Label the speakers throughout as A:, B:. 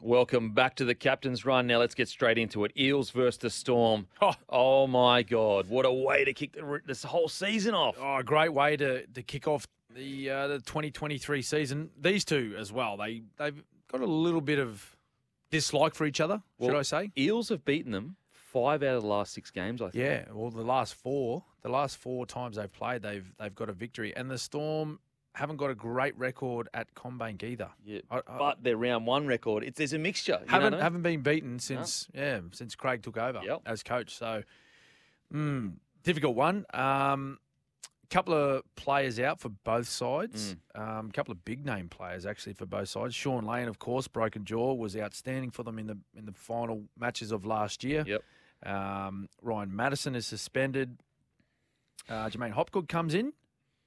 A: Welcome back to the captain's run. Now let's get straight into it. Eels versus the Storm.
B: Oh.
A: Oh my God! What a way to kick the, this whole season off.
B: Oh, a great way to, to kick off the uh, the 2023 season. These two as well. They they've got a little bit of dislike for each other. should
A: Well,
B: I say?
A: Eels have beaten them five out of the last six games. I think.
B: Yeah. Well, the last four, the last four times they've played, they've they've got a victory, and the Storm haven't got a great record at Combank either.
A: Yeah,
B: I- I-
A: but their round one record, it's, there's a mixture. You
B: Uh, haven't
A: know?
B: haven't been beaten since yeah since Craig took over
A: Yep.
B: as coach. So mm, difficult one. Um, couple of players out for both sides.
A: Mm.
B: Um, couple of big name players actually for both sides. Sean Lane, of course, broken jaw was outstanding for them in the in the final matches of last year.
A: Yep.
B: Um, Ryan Madison is suspended. Uh, Jermaine Hopgood comes in.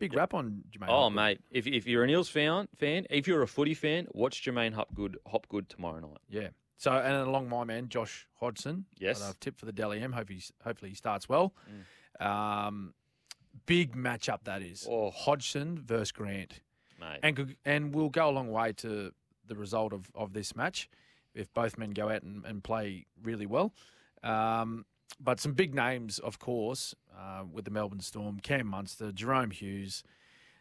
B: Big rap on Jermaine.
A: Oh
B: Hopgood.
A: mate, if, if you're an Eels fan, fan, if you're a footy fan, watch Jermaine Hopgood Hopgood tomorrow night.
B: Yeah. So and along my man Josh Hodgson.
A: Yes.
B: I've tipped for the Deli M. Hope he's, hopefully he starts well. Um, big matchup that is.
A: Mm. Oh.
B: Hodgson versus Grant,
A: Mate,
B: and could- and will go a long way to the result of, of this match if both men go out and, and play really well. Um, but some big names, of course, uh, with the Melbourne Storm, Cam Munster, Jerome Hughes.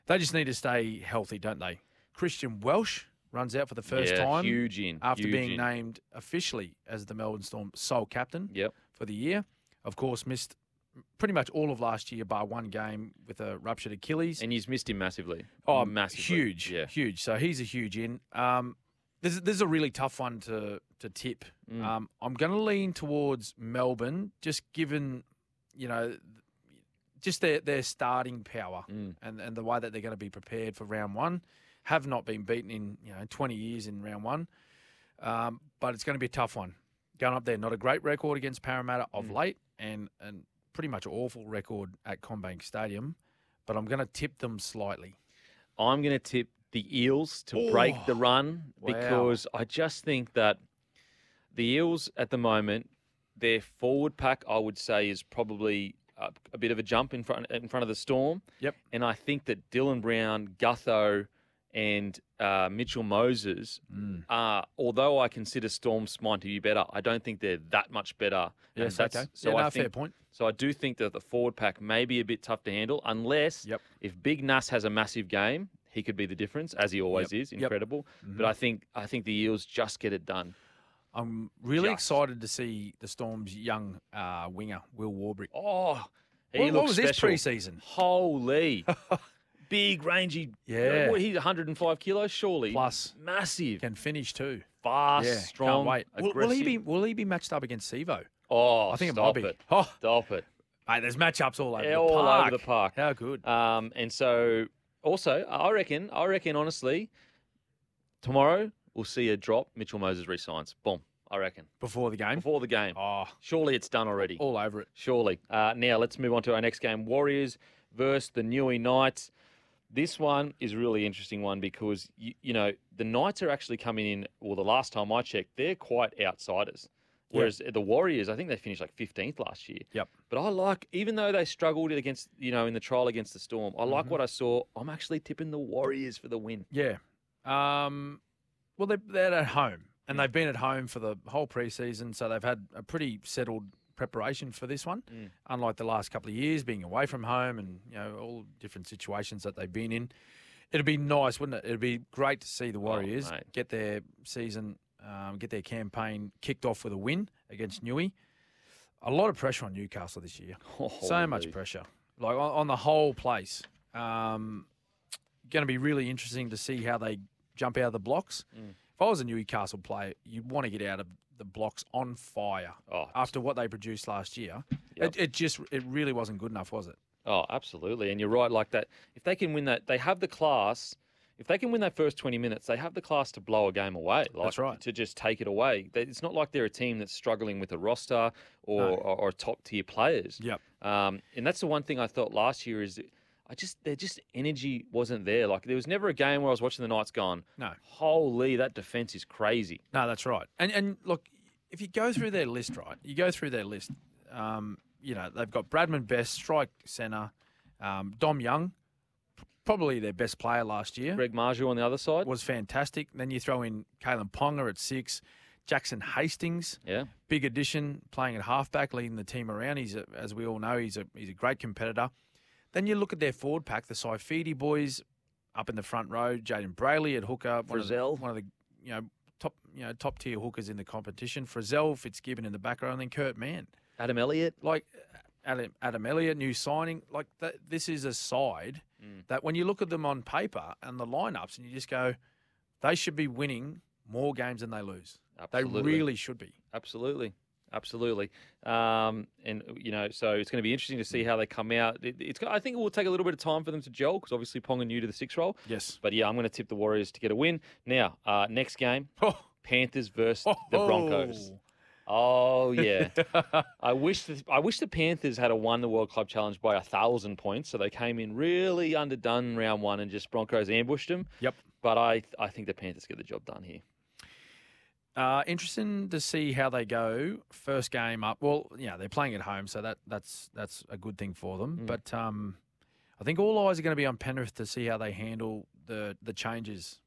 B: They just need to stay healthy, don't they? Christian Welsh runs out for the first
A: yeah,
B: time
A: huge in
B: after
A: huge
B: being
A: in.
B: named officially as the Melbourne Storm sole captain
A: Yep.
B: for the year. Of course, missed pretty much all of last year, bar one game with a ruptured Achilles.
A: And he's missed him massively.
B: oh,
A: massively.
B: huge,
A: Yeah.
B: huge. So he's a huge in. Um, this, is- this is a really tough one to to tip.
A: Mm.
B: Um, I'm going to lean towards Melbourne, just given you know, just their their starting power
A: Mm.
B: and, and the way that they're going to be prepared for round one. Have not been beaten in you know 20 years in round one, um, but it's going to be a tough one. Going up there, not a great record against Parramatta of
A: Mm.
B: late, and and pretty much awful record at Combank Stadium. But I'm going to tip them slightly.
A: I'm going to tip the Eels to break the
B: Oh,
A: run
B: wow.
A: because I just think that the Eels at the moment, their forward pack, I would say, is probably a, a bit of a jump in front in front of the Storm.
B: Yep.
A: And I think that Dylan Brown, Gutho, and uh, Mitchell Moses are, although I consider Storm Smine to be better, I don't think they're that much better. And
B: Yes,
A: that's-
B: okay.
A: So
B: yeah,
A: I
B: no,
A: think
B: fair point.
A: so I do think that the forward pack may be a bit tough to handle unless
B: Yep.
A: if Big Nuss has a massive game, he could be the difference, as he always is,
B: Yep. Mm-hmm.
A: incredible. But I think I think the Eels just get it done.
B: I'm really
A: Just.
B: excited to see the Storm's young uh, winger, Will Warbrick.
A: Oh, he
B: what,
A: looks
B: what was
A: special.
B: this preseason?
A: Holy, big rangy.
B: Yeah.
A: what, he's 105 kilos, surely.
B: Plus.
A: massive,
B: Can finish too.
A: fast,
B: yeah,
A: strong.
B: Can't wait. Will,
A: Aggressive.
B: will he be? Will he be matched up against Sevo?
A: Oh,
B: I think it might
A: stop
B: be.
A: it.
B: Oh,
A: Stop it.
B: mate, there's matchups all over
A: Yeah,
B: the
A: all
B: park.
A: over the park.
B: How good?
A: Um, and so also, I reckon, I reckon honestly, tomorrow we'll see a drop. Mitchell Moses resigns. Boom. I reckon
B: Before the game.
A: before the game.
B: Oh,
A: Surely it's done already.
B: all over it.
A: Surely. Uh, now let's move on to our next game: Warriors versus the Newey Knights. This one is a really interesting one because you, you know the Knights are actually coming in. Well, the last time I checked, they're quite outsiders.
B: Yeah.
A: Whereas the Warriors, I think they finished like 15th last year.
B: Yep.
A: But I like, even though they struggled against, you know, in the trial against the Storm, I
B: Mm-hmm.
A: like what I saw. I'm actually tipping the Warriors for the win.
B: Yeah. Um, well, they, they're at home,
A: Mm.
B: and they've been at home for the whole preseason, so they've had a pretty settled preparation for this one.
A: Mm.
B: Unlike the last couple of years, being away from home and you know all different situations that they've been in, it'd be nice, wouldn't it? It'd be great to see the Warriors
A: Oh, mate.
B: get their season, um, get their campaign kicked off with a win against Newey. A lot of pressure on Newcastle this year. so much
A: Holy.
B: pressure, like on, on the whole place. Um, going to be really interesting to see how they jump out of the blocks. If I was a Newcastle player, you'd want to get out of the blocks on fire
A: Oh,
B: after what they produced last year.
A: Yep.
B: It, it just it really wasn't good enough, was it?
A: Oh, absolutely. And you're right, like that. If they can win that, they have the class. If they can win that first 20 minutes, they have the class to blow a game away. Like,
B: That's right.
A: To just take it away. They- It's not like they're a team that's struggling with a roster or,
B: No.
A: or, or top tier players.
B: Yep.
A: Um, and that's the one thing I thought last year is I just, their just energy wasn't there. Like, there was never a game where I was watching the Knights gone,
B: No.
A: holy, that defense is crazy.
B: No, that's right. And and look, if you go through their list, right, you go through their list. Um, you know they've got Bradman Best, strike center, um, Dom Young, probably their best player last year.
A: Greg Marju on the other side.
B: was fantastic. Then you throw in Kalen Ponga at six, Jackson Hastings,
A: Yeah.
B: big addition, playing at halfback, leading the team around. He's a, as we all know, he's a he's a great competitor. Then you look at their forward pack, the Saifidi boys up in the front row, Jaden Brayley at hooker, one of, the,
A: Frizzell.
B: one of the you know top you know top tier hookers in the competition. Frizzell, Fitzgibbon in the back row, and then Kurt Mann
A: Adam Elliott.
B: like Adam, Adam Elliott, new signing. Like that, this is a side
A: Mm.
B: that when you look at them on paper and the lineups, and you just go, they should be winning more games than they lose.
A: Absolutely.
B: They really should be.
A: Absolutely. Absolutely. Um, and, you know, so it's going to be interesting to see how they come out. It, it's, I think it will take a little bit of time for them to gel because obviously Ponga new to the six role.
B: Yes.
A: But yeah, I'm going to tip the Warriors to get a win. Now, uh, next game
B: Oh,
A: Panthers versus the Broncos. Oh, yeah. I wish the, I wish the Panthers had a won the World Club Challenge by a thousand points, so they came in really underdone round one and just Broncos ambushed them.
B: Yep.
A: But I I think the Panthers get the job done here.
B: Uh, interesting to see how they go. First game up. Well, yeah, they're playing at home, so that that's that's a good thing for them.
A: Mm.
B: But um, I think all eyes are going to be on Penrith to see how they handle the the changes,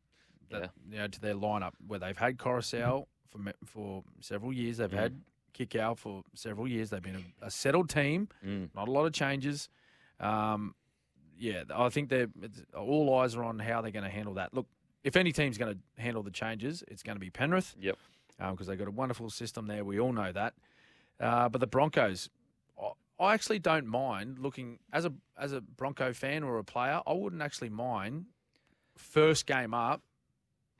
B: that, you know, to their lineup where they've had Coruscant for me- for several years. They've
A: Mm-hmm. Mm.
B: had Kickout for several years. They've been a, a settled team.
A: Mm.
B: Not a lot of changes. Um, yeah, I think they're it's, all eyes are on how they're going to handle that. Look, if any team's going to handle the changes, it's going to be Penrith
A: Yep.
B: because um, they've got a wonderful system there. We all know that. Uh, but the Broncos, I- I actually don't mind looking as a as a Bronco fan or a player. I wouldn't actually mind first game up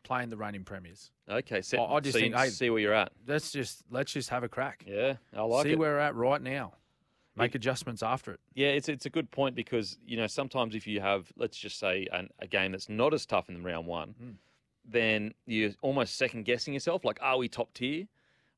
B: playing the reigning premiers.
A: Okay, so
B: I- I just
A: see,
B: think, hey-
A: see where you're at.
B: Let's just let's just have a crack.
A: Yeah, I like
B: See
A: it.
B: where we're at right now. Make
A: Yeah.
B: adjustments after it.
A: Yeah, it's it's a good point because you know sometimes if you have let's just say an, a game that's not as tough in round one,
B: Mm.
A: then you're almost second guessing yourself. Like, are we top tier?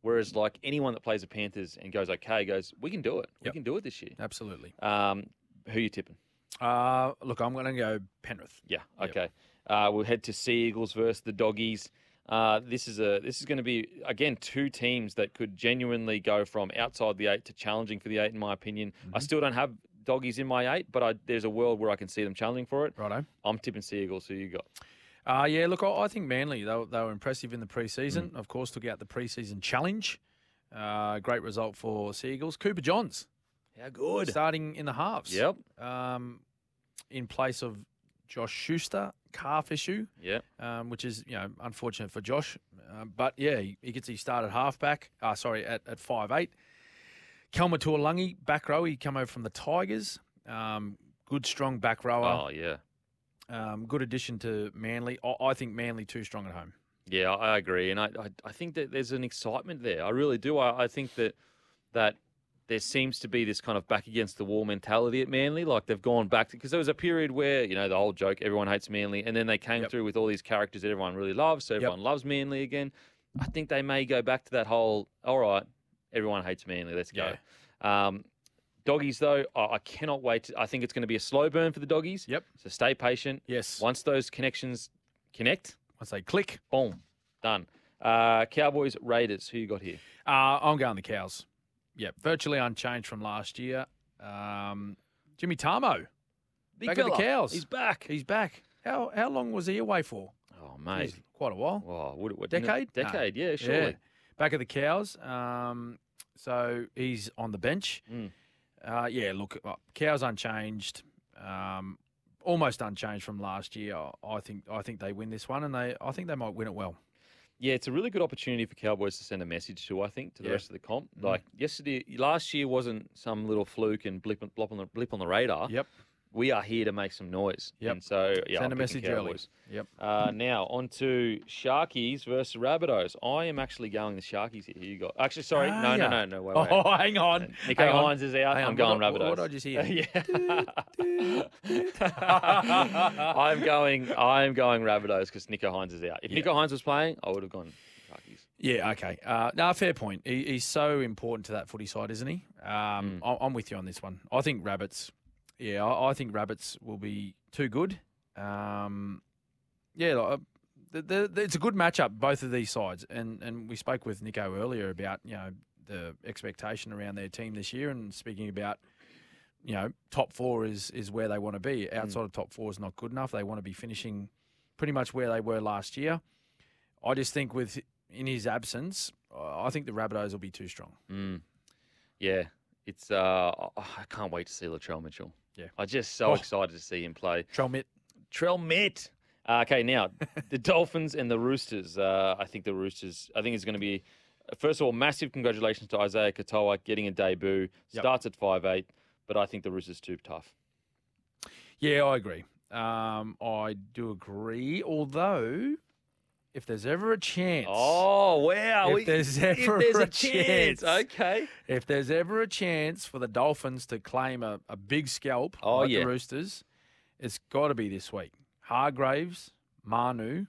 A: Whereas like anyone that plays the Panthers and goes okay goes, we can do it. We
B: Yep.
A: can do it this year.
B: Absolutely.
A: Um, who you tipping?
B: Uh, look, I'm going to go Penrith.
A: Yeah.
B: Yep.
A: Okay. Uh, we'll head to Sea Eagles versus the Doggies. Uh, this is a this is going to be again two teams that could genuinely go from outside the eight to challenging for the eight. In my opinion, I still don't have Doggies in my eight, but I, there's a world where I can see them challenging for it.
B: Righto.
A: I'm tipping Sea Eagles. Who you got?
B: Uh, yeah, look, I, I think Manly, they, were- they were impressive in the preseason.
A: Mm.
B: Of course, took out the preseason challenge. Uh, great result for Seagulls. Cooper Johns
A: How good?
B: starting in the halves.
A: Yep.
B: Um, in place of Josh Schuster, calf issue,
A: Yep.
B: um, which is, you know, unfortunate for Josh. Uh, but yeah, he, he gets his start at halfback, uh, sorry, at, at 5'8. Kelma Tuolungi, back row, he come over from the Tigers. Um, good, strong back rower.
A: Oh yeah.
B: Um, good addition to Manly. I, I think Manly too strong at home.
A: Yeah, I I agree, and I, I, I think that there's an excitement there. I really do. I, I think that that there seems to be this kind of back against the wall mentality at Manly. Like they've gone back to because there was a period where you know the old joke, everyone hates Manly, and then they came
B: Yep.
A: through with all these characters that everyone really loves. So
B: Yep.
A: everyone loves Manly again. I think they may go back to that whole. All right, everyone hates Manly. Let's go. Um, doggies though, I, I cannot wait. To, I think it's going to be a slow burn for the doggies.
B: Yep.
A: So stay patient.
B: Yes.
A: Once those connections connect.
B: Once they click,
A: Boom. Done. Uh, Cowboys, Raiders. Who you got here?
B: uh, I'm going the cows. Yeah, virtually unchanged from last year. Um, Jimmy Tamo,
A: Big
B: Back at the
A: fella.
B: cows.
A: He's back.
B: he's back. How how long was he away for?
A: Oh, mate.
B: Geez, quite a while.
A: Wow, would it, would,
B: Decade?
A: Oh,
B: No.
A: Decade, yeah, surely.
B: Back at the cows. Um, so he's on the bench.
A: Mm.
B: Uh, yeah, look, uh, cows unchanged. Um, almost unchanged from last year. I- I think I think they win this one, and they I think they might win it well.
A: Yeah, it's a really good opportunity for Cowboys to send a message to, I think, to the
B: Yeah.
A: rest of the comp.
B: Mm.
A: Like yesterday, last year wasn't some little fluke and blip, and blop on the, blip on the radar.
B: Yep.
A: We are here to make some noise.
B: Yep.
A: And so, yeah, I'm
B: Send a
A: picking
B: message early.
A: Cowboys.
B: Yep.
A: Uh, now, on to Sharkies versus Rabbitohs. I am actually going the Sharkies here. Who you got? Actually, sorry.
B: Are
A: no, no,
B: ya?
A: no, no. Wait, wait.
B: Oh, hang on.
A: Nico
B: Hang on.
A: Hines is out.
B: Hang
A: I'm
B: on,
A: going
B: what did-
A: Rabbitohs.
B: what did I just hear?
A: yeah. I'm going. I'm going Rabbitohs because Nico Hines is out. If Nico Hines was playing, I would have gone Sharkies.
B: Yeah, okay. Uh, no, fair point. He, he's so important to that footy side, isn't he? Um, I, I'm with you on this one. I think rabbits. Yeah, I, I think rabbits will be too good. Um, yeah, like, uh, the, the, the, it's a good matchup, both of these sides. And and we spoke with Nico earlier about you know the expectation around their team this year, and speaking about you know, top four is is where they want to be. Outside of top four is not good enough. They want to be finishing pretty much where they were last year. I just think with in his absence, I I think the Rabbitohs will be too strong.
A: Mm. Yeah, it's. Uh, I I can't wait to see Latrell Mitchell.
B: Yeah.
A: I'm just so
B: Oh.
A: excited to see him play.
B: Trelmit,
A: Trell Mitt. Uh, okay, now the Dolphins and the Roosters. Uh, I think the Roosters. I think it's going to be. First of all, massive congratulations to Isaiah Katoa getting a debut.
B: Yep.
A: Starts at five eight, but I think the Roosters too tough.
B: yeah, I agree. Um, I do agree. Although, if there's ever a chance,
A: Oh wow!
B: If
A: we-
B: there's
A: if
B: ever
A: there's
B: a
A: a chance, eh?
B: chance.
A: okay.
B: if there's ever a chance for the Dolphins to claim a, a big scalp
A: Oh,
B: like
A: yeah.
B: the Roosters, it's got to be this week. Hargraves, Manu,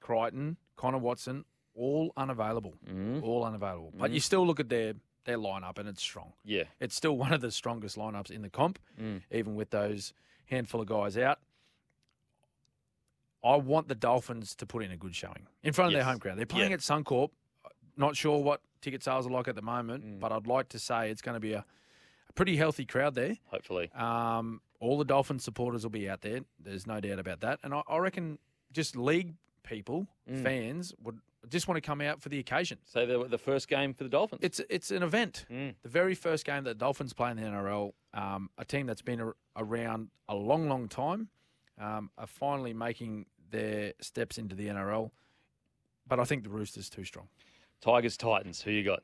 B: Crichton, Connor Watson, all unavailable.
A: Mm,
B: All unavailable. But
A: Mhm.
B: you still look at their their lineup and it's strong.
A: yeah,
B: It's still one of the strongest lineups in the comp,
A: Mm.
B: even with those handful of guys out. I want the Dolphins to put in a good showing in front of
A: Yes.
B: their home crowd. They're playing
A: Yeah.
B: at Suncorp. Not sure what ticket sales are like at the moment,
A: Mm.
B: but I'd like to say it's going to be a, a pretty healthy crowd there.
A: hopefully.
B: Um, all the Dolphin supporters will be out there. There's no doubt about that. And I, I reckon just league people,
A: Mm.
B: fans, would just want to come out for the occasion.
A: So the, the first game for the Dolphins.
B: It's it's an event.
A: Mm.
B: The very first game that Dolphins play in the NRL, um, a team that's been ar- around a long, long time, um, are finally making their steps into the NRL. But I think the Roosters too strong.
A: Tigers Titans. Who you got,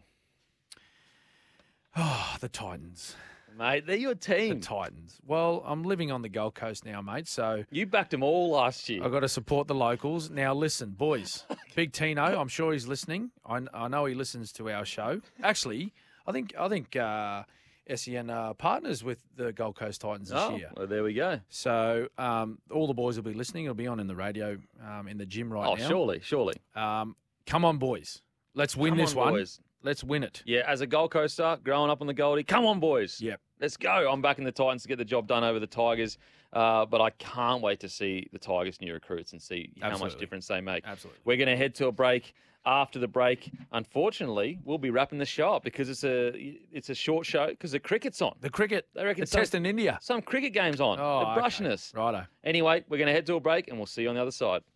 B: Oh, the Titans.
A: mate? They're your
B: The
A: team.
B: Titans. Well, I'm living on the Gold Coast now, mate, so
A: you backed them all last year.
B: I've got to support the locals. Now, listen, boys, Big Tino, I'm sure he's listening. I, I know he listens to our show. Actually, I think I think uh, SEN are partners with the Gold Coast Titans this
A: Oh,
B: year.
A: well, there we go.
B: So um, all the boys will be listening. It'll be on in the radio um, in the gym right
A: oh,
B: now.
A: surely, surely.
B: Um, come on, boys. Let's win
A: Come
B: this
A: on,
B: one.
A: boys.
B: Let's win it.
A: Yeah, as a Gold Coaster, growing up on the Goldie, come on, boys.
B: Yep.
A: Let's go. I'm backing the Titans to get the job done over the Tigers, uh, but I can't wait to see the Tigers' new recruits and see how much
B: Absolutely.
A: difference they make.
B: Absolutely.
A: We're going to head to a break. After the break, unfortunately, we'll be wrapping the show up because it's a it's a short show because the cricket's on.
B: The cricket.
A: They reckon
B: The
A: some,
B: test in India.
A: some cricket games on.
B: Oh,
A: They're brushing
B: okay.
A: us.
B: Righto.
A: Anyway, we're going to head to a break and we'll see you on the other side.